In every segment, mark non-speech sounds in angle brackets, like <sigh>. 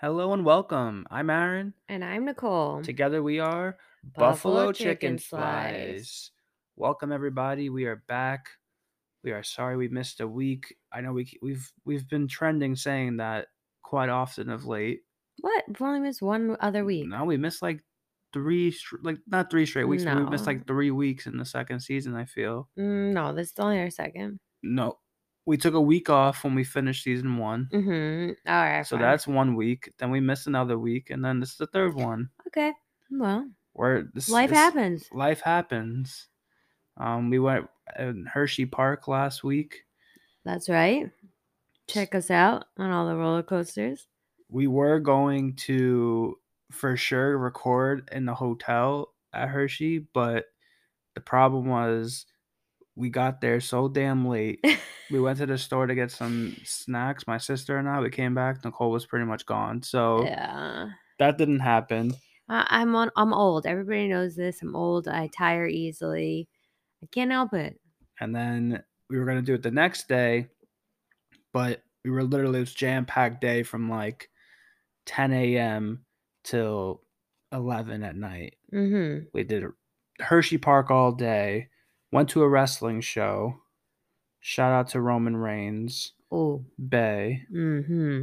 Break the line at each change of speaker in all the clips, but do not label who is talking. Hello and welcome. I'm Aaron.
And I'm Nicole.
Together we are
Buffalo Chicken Slice.
Welcome everybody. We are back. We are sorry we missed a week. I know we we've we've been trending saying that quite often of late.
What? We've only missed one other week.
No, we missed like three str- like not three straight weeks. but We missed
No.
like three weeks in the second season. I feel
Mm, No, this is only our 2nd
no. We took a week off when we finished season one.
Mm-hmm. All right.
So
fine.
that's one week. Then we missed another week, and then this is the third one.
okay. Well,
Where this
life
this-
happens.
life happens. Um, we went in Hershey Park last week.
That's right. Check us out on all the roller coasters. <laughs>
We were going to for sure record in the hotel at Hershey, but the problem was we got there so damn
<laughs>
late. We went to the store to get some snacks. My sister and I. We came back. Nicole was pretty much gone, so
yeah.
that didn't happen.
I- I'm on. I'm old. Everybody knows this. I'm old. I tire easily. I can't help it.
and then we were gonna do it the next day, but we were literally it was jam packed day from like 10 a.m. till 11 at night.
Mm-hmm.
We did Hershey Park all day, went to a wrestling show. Shout out to Roman Reigns,
Oh.
Bay.
Mm-hmm.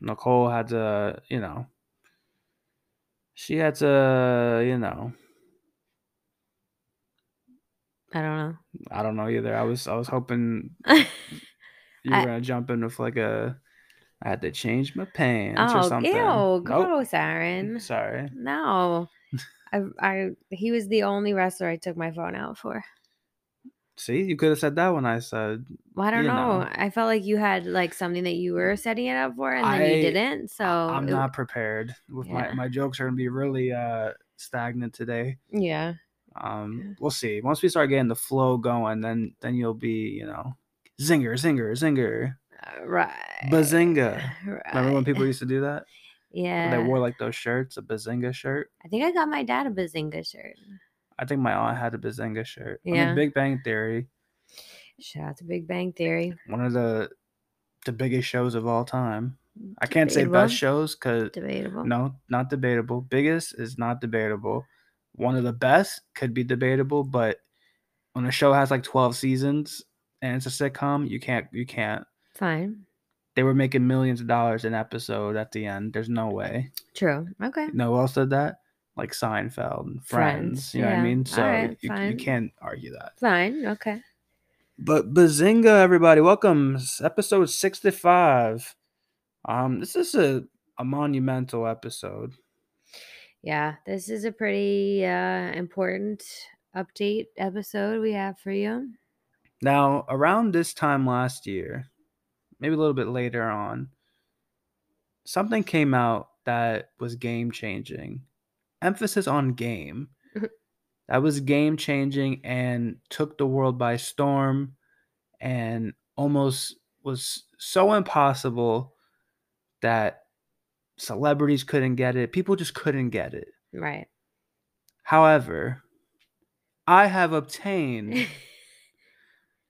Nicole had to, you know, she had to, you know,
I don't
I don't know either. I was I was hoping
know.
You were
I-
gonna jump in with like a. I had to change my pants or
<laughs> oh,
something.
ew!
Nope.
Gross, Aaron.
Sorry.
No. I, I he was the only wrestler I took my phone out for.
See, you could have said that when I said
Well, I don't
You
know.
know.
I felt like you had like something that you were setting it up for and then
I-
you didn't. So
I'm
Oh, it-
not prepared. With my
Yeah.
my jokes are gonna be really uh stagnant today.
yeah.
Um, we'll see. Once we start getting the flow going, then then you'll be you know, zinger, zinger, zinger,
Uh, Right.
bazinga.
Right.
Remember when people used to do that?
<laughs> Yeah.
They wore like those shirts, a bazinga shirt.
I think I got my dad a Bazinga shirt.
I think my aunt had a bazinga shirt. I
Yeah.
mean, Big Bang Theory,
Shout out to Big Bang Theory.
one of the the biggest shows of all time. I can't say
Debatable.
best shows because
Debatable.
no, not debatable. Biggest is not debatable. One of the best could be debatable, but when a show has like twelve seasons and it's a sitcom, you can't you can't.
Fine.
They were making millions of dollars an episode at the end. There's no way.
True. Okay.
No one else did that? Like Seinfeld and Friends.
Friends,
you know what I
yeah.
mean? So
Alright,
you, you
fine.
can't argue that.
Fine. Okay.
But Bazinga, everybody, welcome. s- Episode 65. Um, this is a, a monumental episode.
Yeah. This is a pretty uh important update episode we have for you.
Now, around this time last year, maybe a little bit later on, something came out that was game changing. Emphasis on game. that was game changing and took the world by storm and almost was so impossible that celebrities couldn't get it. People just couldn't get it.
Right. <laughs>
However, I have
<laughs>
obtained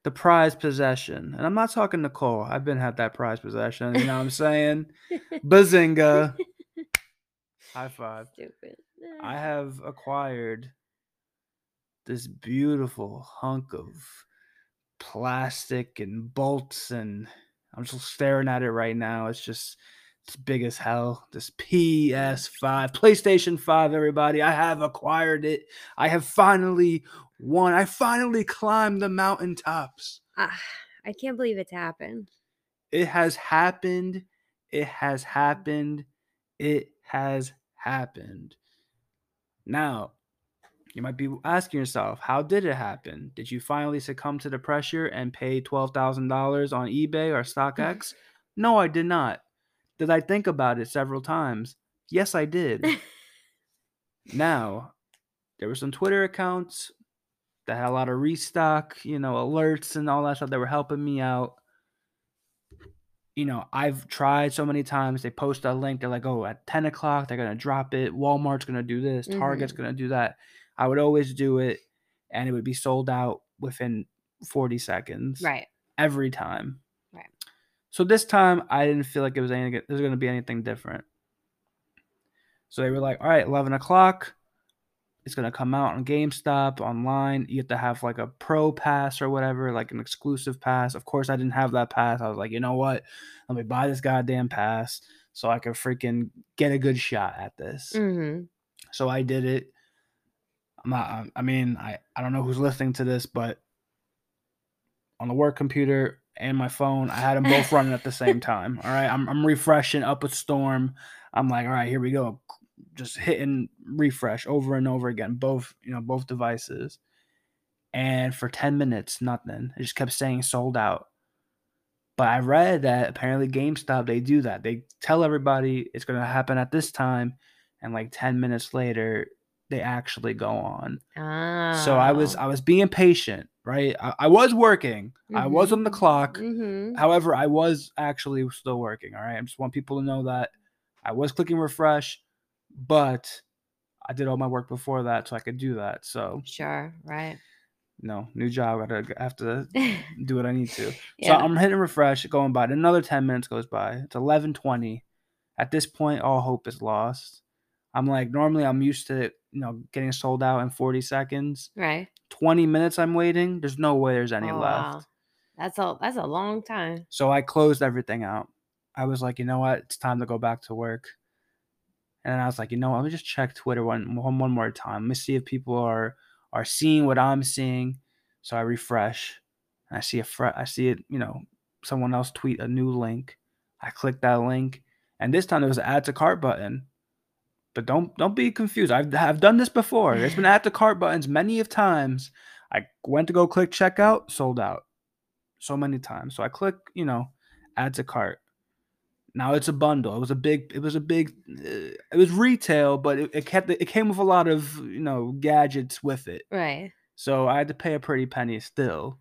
the prize possession. And I'm not talking Nicole. I've been had that prize possession. You know what I'm saying? Bazinga. High five.
Stupid.
I have acquired this beautiful hunk of plastic and bolts and I'm just staring at it right now. It's just it's big as hell. This PS5, PlayStation 5, everybody. I have acquired it. I have finally won. I finally climbed the mountaintops.
Ah, I can't believe it's happened.
It has happened. It has happened. It has happened. Now, you might be asking yourself, how did it happen? Did you finally succumb to the pressure and pay $12,000 on eBay or StockX? no, I did not. Did I think about it several times? Yes, I did. now, there were some Twitter accounts that had a lot of restock, you know, alerts and all that stuff that were helping me out you know, I've tried so many times. They post a link. They're like, oh, at 10 o'clock, they're going to drop it. Walmart's going to do this. Target's going to do that. I would always do it, and it would be sold out within 40 seconds
Right.
every time.
Right.
So this time, I didn't feel like it was anything, there was going to be anything different. So they were like, all right, 11 o'clock. It's going to come out on GameStop online. You have to have like a pro pass or whatever, like an exclusive pass. Of course, I didn't have that pass. I was like, you know what? Let me buy this goddamn pass so I can freaking get a good shot at this.
Mm-hmm.
So I did it. I'm not, I- I mean, I, I don't know who's listening to this, but on the work computer and my phone, I had them both running at the same time. All right. I'm, I'm refreshing up a storm. I'm like, all right, here we go. Just hitting refresh over and over again, both, you know, both devices. And for 10 minutes, nothing. It just kept saying sold out. But I read that apparently GameStop, they do that. They tell everybody it's going to happen at this time. And like 10 minutes later, they actually go on. So I
Oh.
was
Ah.
I was being patient, right? I, I was working. I was on the clock.
Mm-hmm.
However, I was actually still working. All right. I just want people to know that I was clicking refresh, but I did all my work before that so I could do that. So
Sure. Right. <laughs>
no, new job. I gotta have to
yeah.
do what I need to. So I'm hitting refresh, going by. Another 10 minutes goes by. It's 11:20. At this point, all hope is lost. I'm like, normally I'm used to, you know, getting sold out in 40 seconds.
right.
20 minutes I'm waiting. There's no way there's any
Oh,
left.
wow. That's a that's a long time.
So I closed everything out. I was like, you know what? It's time to go back to work. And then I was like, you know, what? let me just check Twitter one one one more time. Let me see if people are are seeing what I'm seeing. So I refresh. And I see a fr- I see it, you know, someone else tweet a new link. I click that link, and this time there was an add to cart button. But don't don't be confused. I've I've done this before. There's been add to cart buttons many of times. I went to go click checkout, sold out so many times. So I click, you know, add to cart. Now it's a bundle. It was a big. It was a big. Uh, it was retail, but it, it kept. It came with a lot of you know gadgets with it.
Right.
So I had to pay a pretty penny still.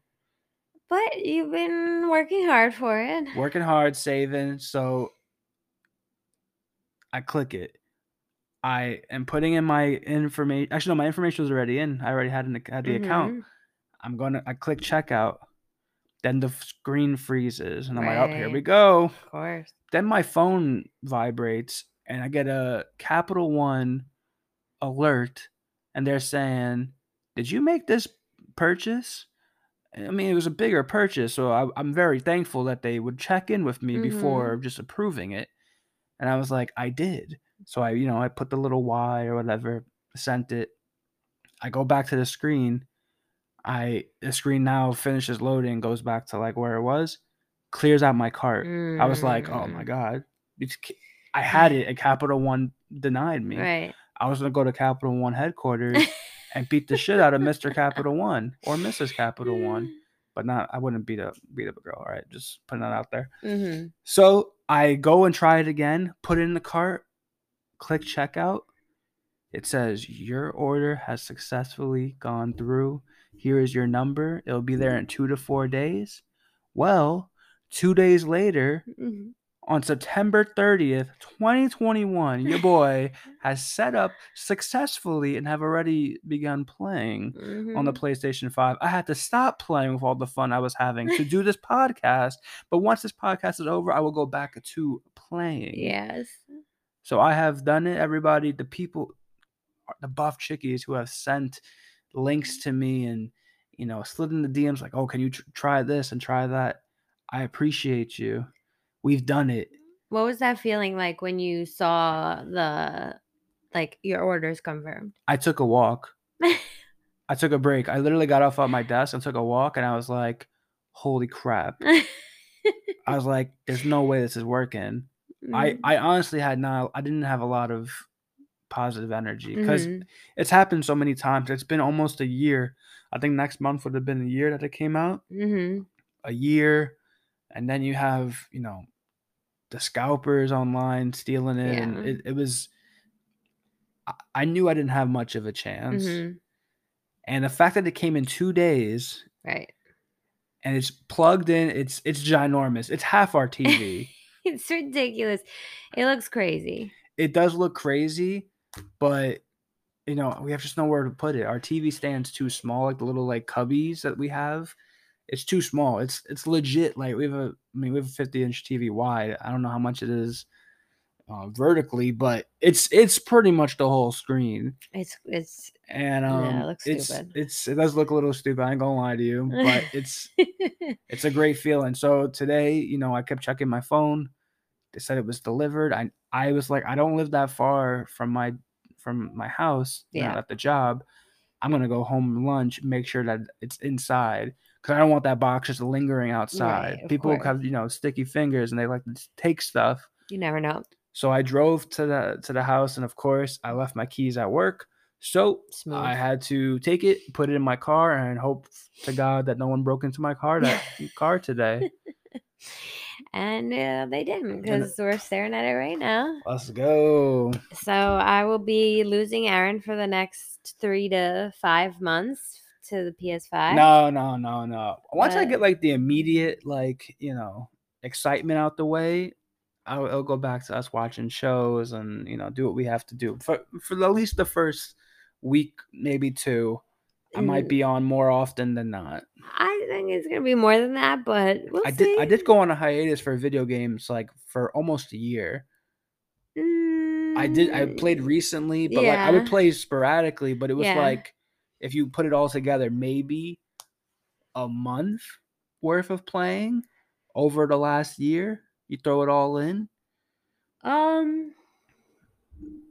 But you've been working hard for it.
Working hard, saving. So I click it. I am putting in my information. Actually, no, my information was already in. I already had an ac- had the account.
Mhm.
I'm gonna. I click checkout. Then the f- screen freezes, and I'm like, "Oh, here
Right.
we go."
Of course.
then my phone vibrates and I get a Capital One alert and they're saying, Did you make this purchase? I mean, it was a bigger purchase, so I, I'm very thankful that they would check in with me
Mhm.
before just approving it. And I was like, I did. So I, you know, I put the little Y or whatever, sent it. I go back to the screen. I the screen now finishes loading, goes back to like where it was, clears out my cart. I was like, oh my
Mm.
god, it's, ca- I had it, and Capital One denied me.
Right.
I was gonna go to Capital One headquarters
<laughs>
and beat the shit out of Mister Capital One or Mrs. Capital
<laughs>
One, but not. I wouldn't beat up beat up a girl. All right, just putting that out there.
Mm-hmm.
So I go and try it again. Put it in the cart. Click checkout. It says your order has successfully gone through. Here is your number. It'll be there in two to four days. Well, two days later,
Mm-hmm.
on September 30th, 2021, your boy has set up successfully and have already begun playing
Mm-hmm.
on the PlayStation 5. I had to stop playing with all the fun I was having to do this podcast, but once this podcast is over, I will go back to playing.
Yes.
So I have done it, everybody. The people, the buff chickies who have sent links to me and, you know, slid in the DMs like, oh, can you tr- try this and try that? I appreciate you. We've done it.
What was that feeling like when you saw the like your orders confirmed?
I took a walk. I took a break. I literally got off of my desk and took a walk, and I was like, holy
<laughs>
crap. I was like, there's no way this is working. I,
Mm-hmm.
I honestly had not, I didn't have a lot of positive energy because
Mhm.
it's happened so many times. It's been almost a year. I think next month would have been a year that it came out.
Mhm.
A year. And then you have, you know, the scalpers online stealing it. And
Yeah.
it, it was, I, I knew I didn't have much of a chance.
Mhm.
And the fact that it came in two days
right. <laughs>
and it's plugged in, it's it's ginormous. It's half our
<laughs>
TV.
It's ridiculous. It looks crazy.
it does look crazy, but you know, we have just nowhere to put it. Our TV stand's too small, like the little like cubbies that we have. It's too small. It's it's legit. Like we have a, I mean, we have a 50 inch TV wide. I don't know how much it is uh, vertically, but it's it's pretty much the whole screen.
It's it's <laughs>
And
Yeah,
um,
it looks
it's
stupid.
it's it does look a little stupid. I ain't gonna lie to you,
<laughs>
but it's it's a great feeling. So today, you know, I kept checking my phone. They said it was delivered. I I was like, I don't live that far from my from my house. you know,
Yeah.
At the job, I'm gonna go home and lunch. Make sure that it's inside because I don't want that box just lingering outside.
of
People
course.
have you know sticky fingers and they like to just take stuff.
you never know.
So I drove to the to the house and of course I left my keys at work. So
Smooth.
I had to take it, put it in my car, and hope to God that no one broke into my car
<laughs>
that car today.
and uh, they didn't
And-
because we're staring at it right now.
Let's go.
So I will be losing Aaron for the next three to five months to the PS5.
No, no, no, no. Once I
But-
get like the immediate like you know excitement out the way, I'll, it'll go back to us watching shows and you know do what we have to do for for at least the first week, maybe two. I might
Mm,
be on more often than not.
I think it's gonna be more than that, but we'll
I
see.
did I did go on a hiatus for video games like for almost a year. I did I played
Mm,
recently, but like I would
yeah.
play sporadically, but it was
Yeah.
like if you put it all together, maybe a month worth of playing over the last year. You throw it all in.
Um,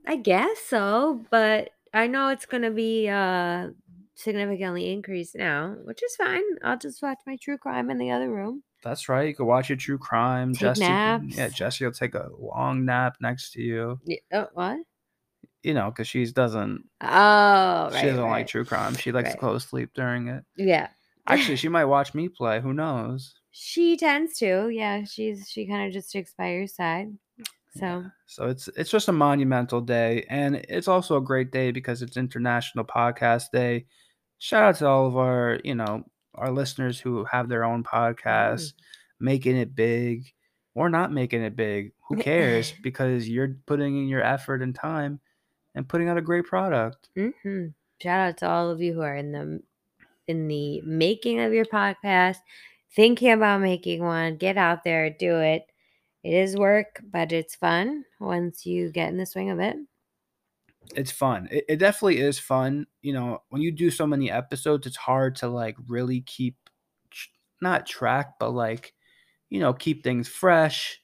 I guess so, but I know it's gonna be uh significantly increased now, which is fine. I'll just watch my true crime in the other room.
That's right. You could watch your true crime.
Take
Jesse can- Yeah,
naps.
Jesse will take a long nap next to you.
Yeah, oh, what?
You know, because she doesn't
Oh, right.
she doesn't
right.
like true crime. She likes
right.
to go to sleep during
<laughs>
it.
Yeah,
Actually, she might watch me play. Who knows?
she tends to. Yeah, she's she kind of just sticks by your side. So
Yeah. So it's it's just a monumental day, and it's also a great day because it's International Podcast Day. Shout out to all of our you know our listeners who have their own podcast, making it big or not making it big. Who cares? because you're putting in your effort and time, and putting out a great product.
hmm Shout out to all of you who are in the in the making of your podcast, thinking about making one. Get out there, do it. It is work, but it's fun once you get in the swing of it.
It's fun. It, it definitely is fun. You know, when you do so many episodes, it's hard to like really keep tr- not track, but like you know keep things fresh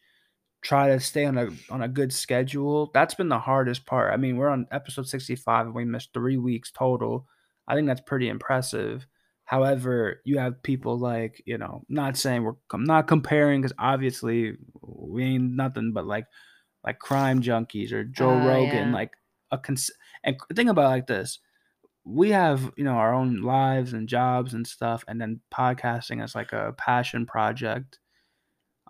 try to stay on a on a good schedule that's been the hardest part i mean we're on episode 65 and we missed three weeks total i think that's pretty impressive however you have people like you know not saying we're i'm not comparing because obviously we ain't nothing but like like crime junkies or joe
Oh,
rogan
yeah.
like a cons- and think about it like this we have you know our own lives and jobs and stuff and then podcasting is like a passion project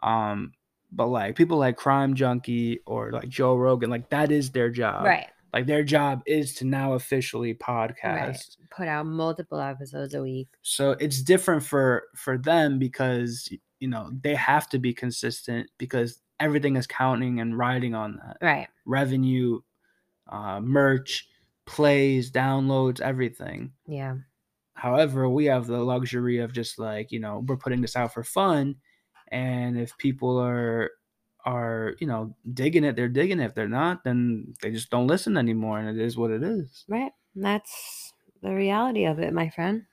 um but like people like crime junkie or like joe rogan like that is their job
right.
like their job is to now officially podcast
Put out multiple episodes a week.
so it's different for for them because you know they have to be consistent because everything is counting and riding on that
Right.
revenue uh merch plays downloads everything
Yeah.
However, we have the luxury of just like, you know, we're putting this out for fun. And if people are are, you know, digging it, they're digging it. If they're not, then they just don't listen anymore and it is what it is.
Right. That's the reality of it, my friend.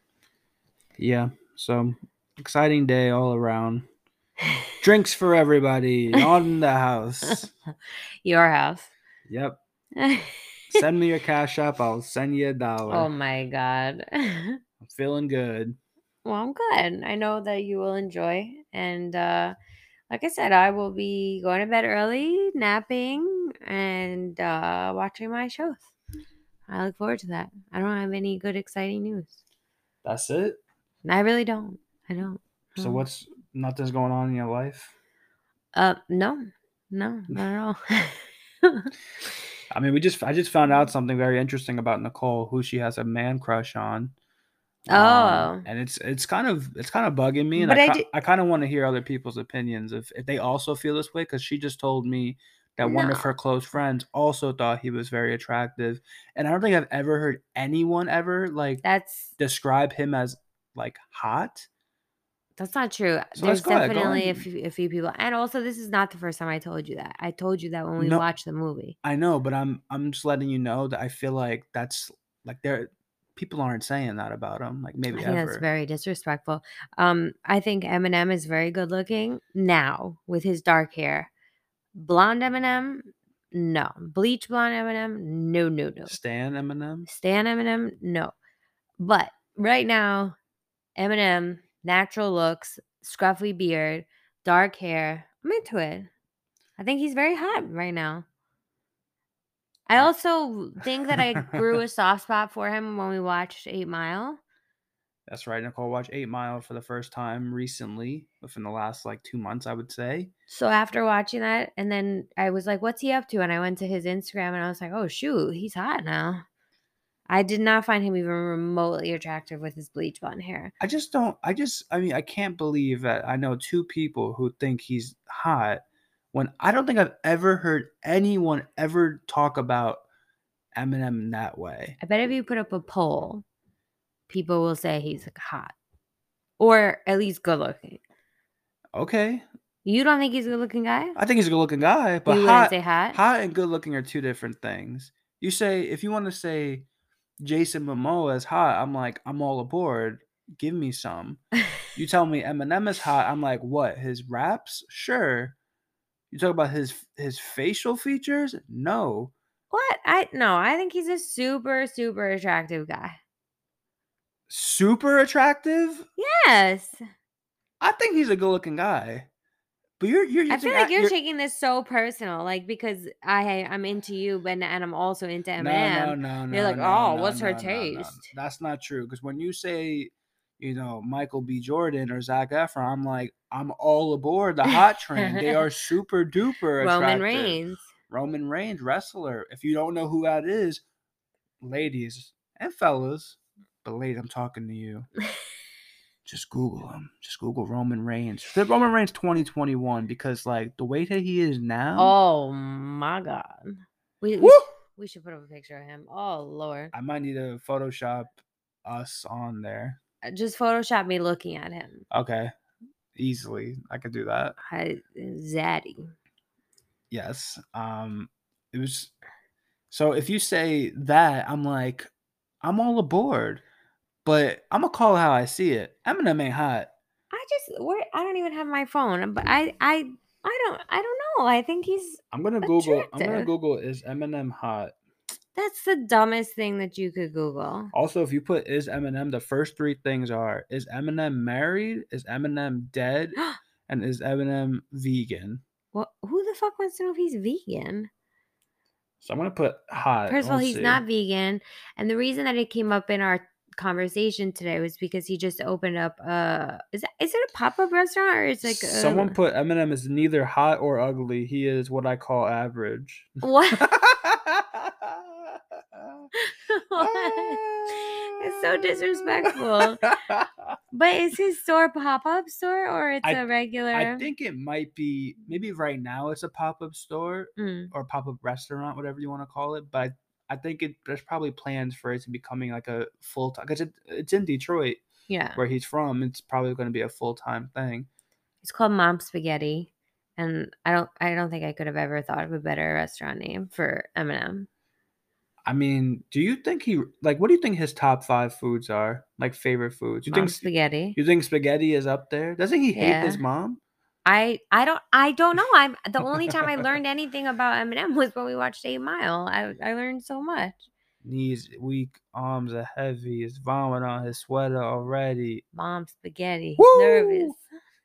<laughs>
Yeah. So exciting day all around. Drinks for everybody on the <laughs> house.
Your <laughs> house.
Yep. Send me your cash app. I'll send you a dollar.
oh my god. <laughs>
I'm feeling good.
Well, I'm glad. I know that you will enjoy. And uh, like I said, I will be going to bed early, napping, and uh, watching my shows. I look forward to that. I don't have any good, exciting news.
That's it.
I really don't. I don't. Um, I
So
don't.
what's nothing's going on in your life?
Uh, no,
<laughs>
no, not at all. <laughs>
I mean, we just I just found out something very interesting about Nicole, who she has a man crush on. Um,
Oh.
and it's it's kind of it's kind of bugging me, and
But
I,
I
ki-
did-
I kind of want to hear other people's opinions if if they also feel this way, because she just told me that one of
No.
her close friends also thought he was very attractive, and I don't think I've ever heard anyone ever like
That's
describe him as like hot.
That's not true.
So
There's
let's go ahead, go
definitely a
on.
few, a few people, and also this is not the first time I told you that. I told you that when we
No.
watched the movie.
I know, but I'm I'm just letting you know that I feel like that's like there people aren't saying that about him. Like maybe
I think
ever.
that's very disrespectful. Um, I think Eminem is very good looking now with his dark hair. Blonde Eminem, no. Bleach blonde Eminem, no, no, no.
Stan Eminem.
Stan Eminem, no. But right now, Eminem, natural looks, scruffy beard, dark hair. I'm into it. I think he's very hot right now. I also think that I grew
<laughs>
a soft spot for him when we watched Eight Mile.
That's right, Nicole. Watch Eight Mile for the first time recently, within the last like two months, I would say.
So after watching that, and then I was like, "What's he up to?" And I went to his Instagram, and I was like, "Oh shoot, he's hot now." I did not find him even remotely attractive with his bleach blonde hair.
I just don't. I just. I mean, I can't believe that I know two people who think he's hot when I don't think I've ever heard anyone ever talk about Eminem that way.
I bet if you put up a poll, people will say he's like, hot, or at least good looking.
Okay,
You don't think he's a good looking guy?
I think he's a good-looking guy, but
you wouldn't
hot,
say hot.
hot and good-looking are two different things. You say if you want to say Jason Momoa is hot, I'm like I'm all aboard. Give me some.
<laughs>
You tell me Eminem is hot. I'm like, what? His raps? Sure. You talk about his his facial features? No.
what? I no. I think he's a super super attractive guy.
Super attractive?
Yes,
I think he's a good-looking guy. But you're you're
I
using
feel like
a-
you're, taking this so personal, like because I I'm into you, but and I'm also into Eminem.
No, no, no.
You're like,
no,
"Oh,
no,
what's her
no, no, no, no."
taste?
That's not true. Because when you say, you know, Michael B. Jordan or Zach Efron, I'm like, I'm all aboard the hot train. they
<laughs>
are super duper
Roman
attractive.
Reigns.
Roman Reigns, wrestler. If you don't know who that is, ladies and fellas, but ladies, I'm talking to
<laughs>
you. Just Google him. Just Google Roman Reigns. The Roman Reigns 2021 because like the way that he is now.
Oh my god. We, we,
Um, woo!
sh- we should put up a picture of him. Oh lord.
I might need to Photoshop us on there.
Uh, Just Photoshop me looking at him.
Okay. Easily. I could do that.
I, zaddy.
Yes. Um it was so if you say that, I'm like, I'm all aboard. But I'm gonna call it how I see it. Eminem ain't hot.
I just where I don't even have my phone, uh, but I I I don't I don't know. I think he's
I'm gonna Google I'm gonna
Attractive.
Google is Eminem hot.
that's the dumbest thing that you could Google.
Also, if you put is Eminem, the first three things are is Eminem married, is Eminem dead,
<gasps>
and is Eminem vegan.
What who the fuck wants to know if he's vegan?
So I'm gonna put hot.
First of all,
Let's
he's
see.
not vegan, and the reason that it came up in our conversation today was because he just opened up a is that, is it a pop up restaurant or it's like uh, a,
someone put Eminem is neither hot or ugly. He is what I call
<laughs>
average.
what?
<laughs>
What?
it's
so disrespectful. <laughs> but is his store pop up store or it's
I-
a regular?
I think it might be maybe right now it's a pop up store
Mm.
or pop up restaurant, whatever you want to call it. But I think it there's probably plans for it to becoming like a full time because it, it's in Detroit
yeah,
where he's from. It's probably going to be a full time thing.
it's called Mom Spaghetti, and I don't I don't think I could have ever thought of a better restaurant name for Eminem.
I mean, do you think he like? What do you think his top five foods are? Like favorite foods? You
Mom
think s-
Spaghetti.
you think spaghetti is up there? Doesn't he hate his
Yeah.
mom?
I I don't I don't know. I'm the
<laughs>
only time I learned anything about Eminem was when we watched Eight Mile. I I learned so much.
Knees weak, arms are heavy. He's vomit on his sweater already.
Mom spaghetti.
Woo!
Nervous.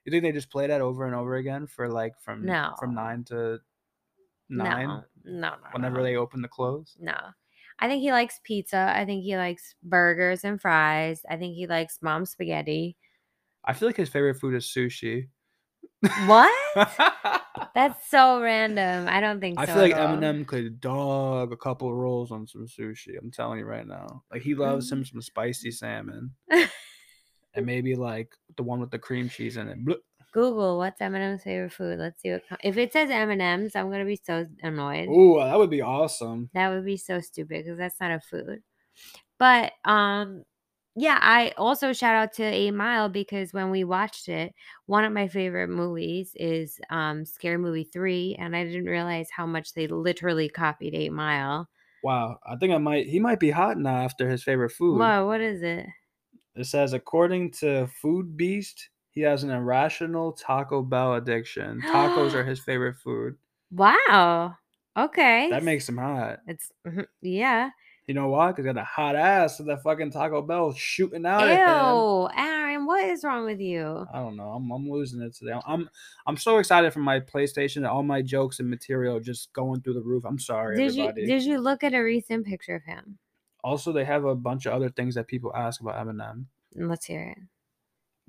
You think they just play that over and over again for like from from
No.
nine to nine?
No. No. no
Whenever
no.
they open the close.
No. I think he likes pizza. I think he likes burgers and fries. I think he likes mom spaghetti.
I feel like his favorite food is sushi. <laughs>
What?
I
That's so random. I don't think so.
feel like
at all.
Eminem could dog a couple rolls on some sushi. I'm telling you right now. Like he loves him some spicy salmon. and maybe like the one with the cream cheese in it. Blup.
Google what's Eminem's favorite food. Let's see what com- if it says M&Ms, I'm going to be so annoyed.
Ooh, that would be awesome.
That would be so stupid because that's not a food. But um yeah, I also shout out to A Mile because when we watched it, one of my favorite movies is um, Scary Movie 3, and I didn't realize how much they literally copied 8 Mile.
Wow, I think I might. He might be hot now after his favorite food.
Whoa, what is it?
It says, according to Food Beast, he has an irrational Taco Bell addiction. Tacos are his favorite food.
Wow. Okay.
That makes him hot.
it's mhm, yeah.
You know why? Because he got a hot ass of that fucking Taco Bell shooting out at him.
Ew, Aaron, what is wrong with you?
I don't know. I'm, I'm losing it today. I'm I'm so excited for my PlayStation. All my jokes and material just going through the roof. I'm sorry,
Did you
everybody.
did you look at a recent picture of him?
also, they have a bunch of other things that people ask about Eminem.
Mm, Let's hear it.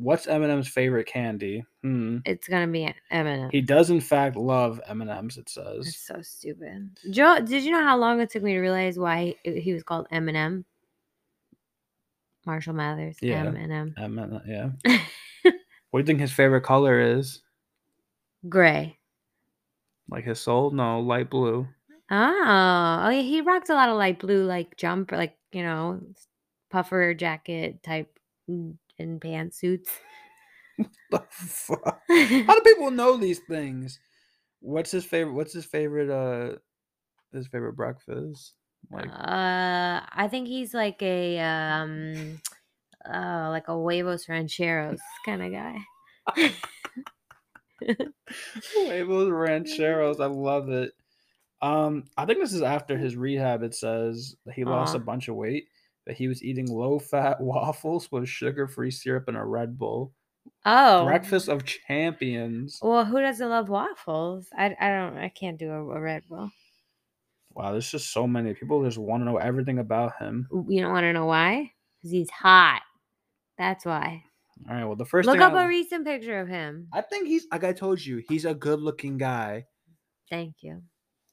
What's Eminem's favorite candy? Hmm.
It's gonna be Eminem.
He does, in fact, love M&Ms. It
That's
says
so stupid. Joe, did you know how long it took me to realize why he he was called Eminem? Marshall Mathers.
Yeah.
Eminem.
M. Yeah.
<laughs>
what do you think his favorite color is?
Gray.
Like his soul? No, light blue. <laughs>
Oh, oh yeah, he rocked a lot of light blue, like jump, like you know, s- puffer jacket type n- and pantsuits. <laughs>
The fuck? How do people know these things? What's his favorite? What's his favorite? Uh, his favorite breakfast? Like
uh, I think he's like a um, uh, like a huevos rancheros kind of guy. <laughs>
huevos rancheros. I love it. Um, I think this is after his rehab. It says that he lost a
Aw.
bunch of weight. That he was eating low-fat <laughs> waffles with sugar-free syrup and a Red Bull.
Oh,
Breakfast of champions.
Well, who doesn't love waffles? I, I don't. I can't do a, a Red Bull.
Wow, there's just so many people just want to know everything about him.
You don't want to know why? Because he's hot. That's why.
All right. Well, the first
Look
thing
up
I,
a recent picture of him.
I think he's like I told you, he's a good-looking guy.
Thank you.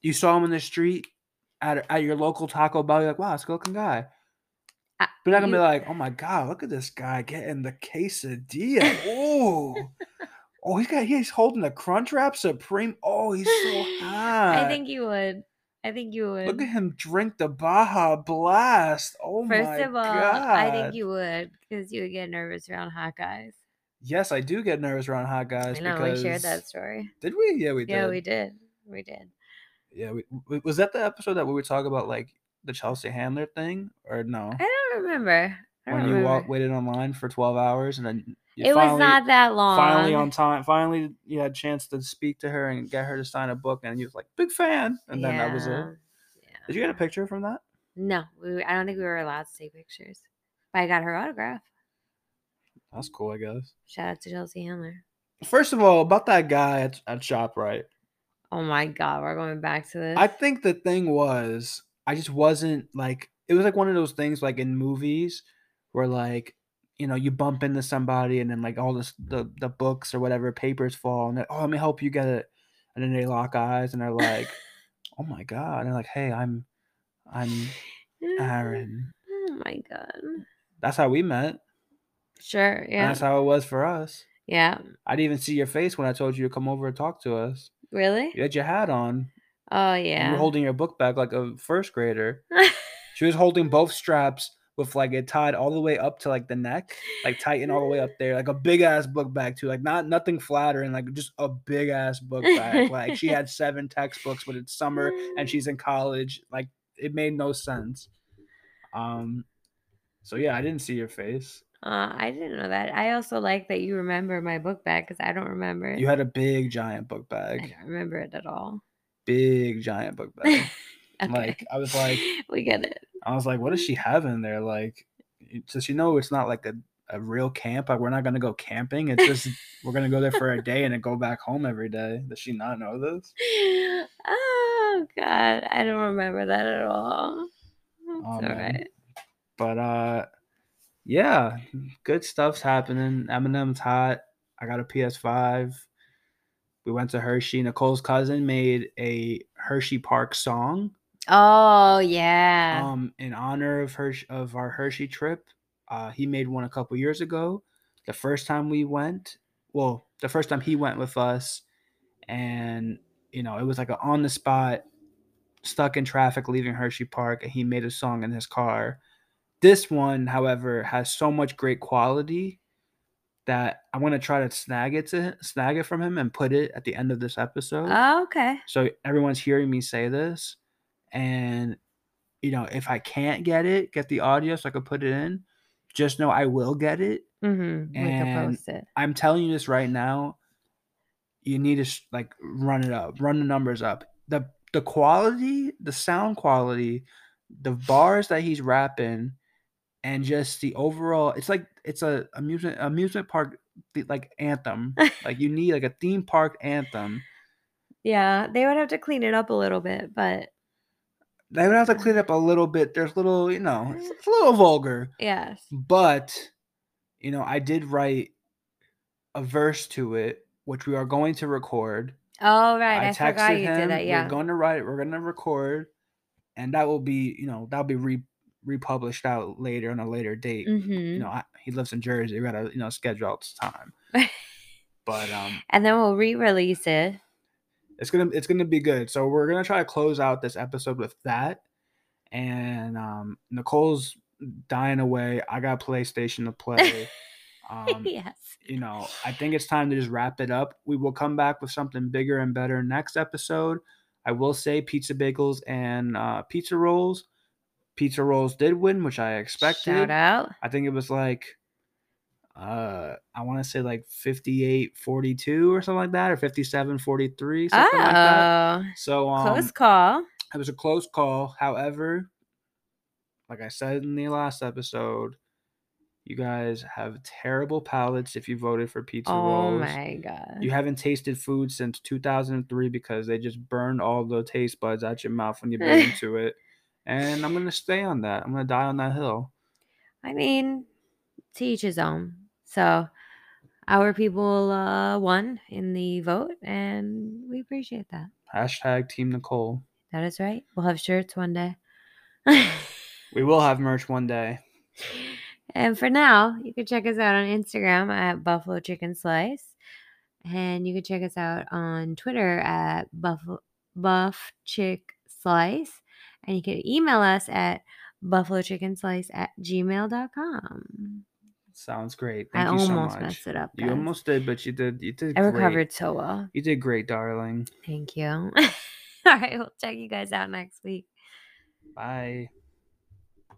you saw him in the street at, at your local Taco Bell, you're like, wow, it's a good looking guy.
Uh,
But not gonna be
you-
like, oh my god, look at this guy getting the quesadilla.
<laughs>
Ooh. oh, he's got he's holding the crunch wrap supreme. Oh, he's so hot.
<laughs> I think you would. I think you would.
Look at him drink the Baja Blast. Oh my
First of all,
god.
I think you would because you would get nervous around hot guys.
Yes, I do get nervous around hot guys.
I know we shared that
because-
story.
Did we? Yeah, we did.
yeah, we did. We did.
Yeah, we, w- was that the episode that we were talking about like the Chelsea Handler thing or no?
I don't remember. I don't
when you
remember.
walk, waited online for 12 hours and then you
Oh, it
finally,
was not that long.
finally on time finally you had a chance to speak to her and get her to sign a book and you was like big fan and then that was it
Yeah,
did you get a picture from that
No, we, were- I don't think we were allowed to take pictures. But I got her autograph.
that's cool i guess
Shout out to Chelsea Handler.
first of all about that guy at, at shoprite
Oh my God, we're going back to this.
i think the thing was i just wasn't like it was like one of those things like in movies where like you know you bump into somebody and then like all this the, the books or whatever papers fall and they're, oh let me help you get it and then they lock eyes and they're like oh my god and they're like hey i'm i'm aaron
Mm, Oh my God.
that's how we met
Sure.
and
Yeah.
that's how it was for us
Yeah.
i didn't even see your face when i told you to come over and talk to us
Really?
you had your hat on
Oh
and you
yeah.
were holding your book bag like a first
<laughs>
grader she was holding both straps with like it tied all the way up to like the neck like tighten all the
<laughs>
way up there like a big ass book bag too like not nothing flattering like just a big ass book bag like she
<laughs>
had seven textbooks but it's summer
Mm.
and she's in college like it made no sense um so yeah i didn't see your face
Uh, I didn't know that. I also like that you remember my book bag because I don't remember it.
you had a big giant book
I
bag
don't remember it at all.
big giant book <laughs>
<laughs>
bag Like, I was like-
we get it.
i was like what does she have in there like it- does she know it's not like a, a real camp like we're not gonna go camping it's just we're gonna go there for a day and then go back home every day does she not know this
Oh God, I don't remember that at all. That's all
Oh, man.
right.
but uh yeah good stuff's happening eminem's hot i got a ps5 we went to hershey nicole's cousin made a hershey park song
Oh yeah.
um in honor of her of our Hershey trip. Uh, he made one a couple years ago. The first time we went, well, the first time he went with us, and you know it was like a on the spot, stuck in traffic leaving Hershey Park, and he made a song in his car, This one, however, has so much great quality that I want to try to snag it to snag it from him and put it at the end of this episode.
Oh, okay.
So everyone's hearing me say this, and you know, if I can't get it, get the audio so I can put it in. Just know I will get it.
Mm-hmm. We can
And-
post it.
I'm telling you this right now. You need to sh- like run it up, run the numbers up. the The quality, the sound quality, the bars that he's rapping, and just the overall. It's like it's a amusement amusement park th- like anthem. like you need like a theme park anthem.
Yeah, they would have to clean it up a little bit, but
They would have to clean up a little bit. There's little, you know, it's, it's a little vulgar,
yes.
Mm, but you know, I did write a verse to it, which we are going to record.
Oh right, I,
I, texted
forgot you
him.
did that. Yeah.
We're going to write it. We're going to record, and that will be, you know, that'll be re- republished out later on a later date.
mm-hmm.
You know, I, he lives in Jersey. We got to, you know, schedule out the
<laughs>
time. But um,
and then we'll re-release it. <laughs>
it's gonna it's gonna be good. So we're gonna try to close out this episode with that. And um, Nicole's dying away. I got PlayStation to play. Um,
yes.
you know, I think it's time to just wrap it up. We will come back with something bigger and better next episode. I will say pizza bagels and uh, pizza rolls. Pizza rolls did win, which I
Shout
expected.
out.
I think it was like, uh, I want to say like 58 42 or something like that, or 57 43, something
oh,
like that. So um,
close call.
it was a close call. However, like I said in the last episode, you guys have terrible palates if you voted for pizza
Oh
rolls.
my god.
You haven't tasted food since 2003 because they just burned all the taste buds out your mouth when you bit
<laughs>
into it. And I'm gonna stay on that. I'm gonna die on that hill.
I mean, to each his own. So our people uh, won in the vote, and we appreciate that.
Hashtag Team Nicole.
That is right. We'll have shirts one day. <laughs>
We will have merch one day.
and for now, you can check us out on Instagram at Buffalo Chicken Slice, and you can check us out on Twitter at Buff Buff Chick Slice, and you can email us at buffalo chicken slice at gmail.com.
Sounds great.
I
Thank you so
almost
much.
messed it up.
You
guys.
almost did, but you did. You did.
I
great.
recovered so well.
You did great, darling.
<laughs> Thank you. All right, we'll check you guys out next week.
Bye.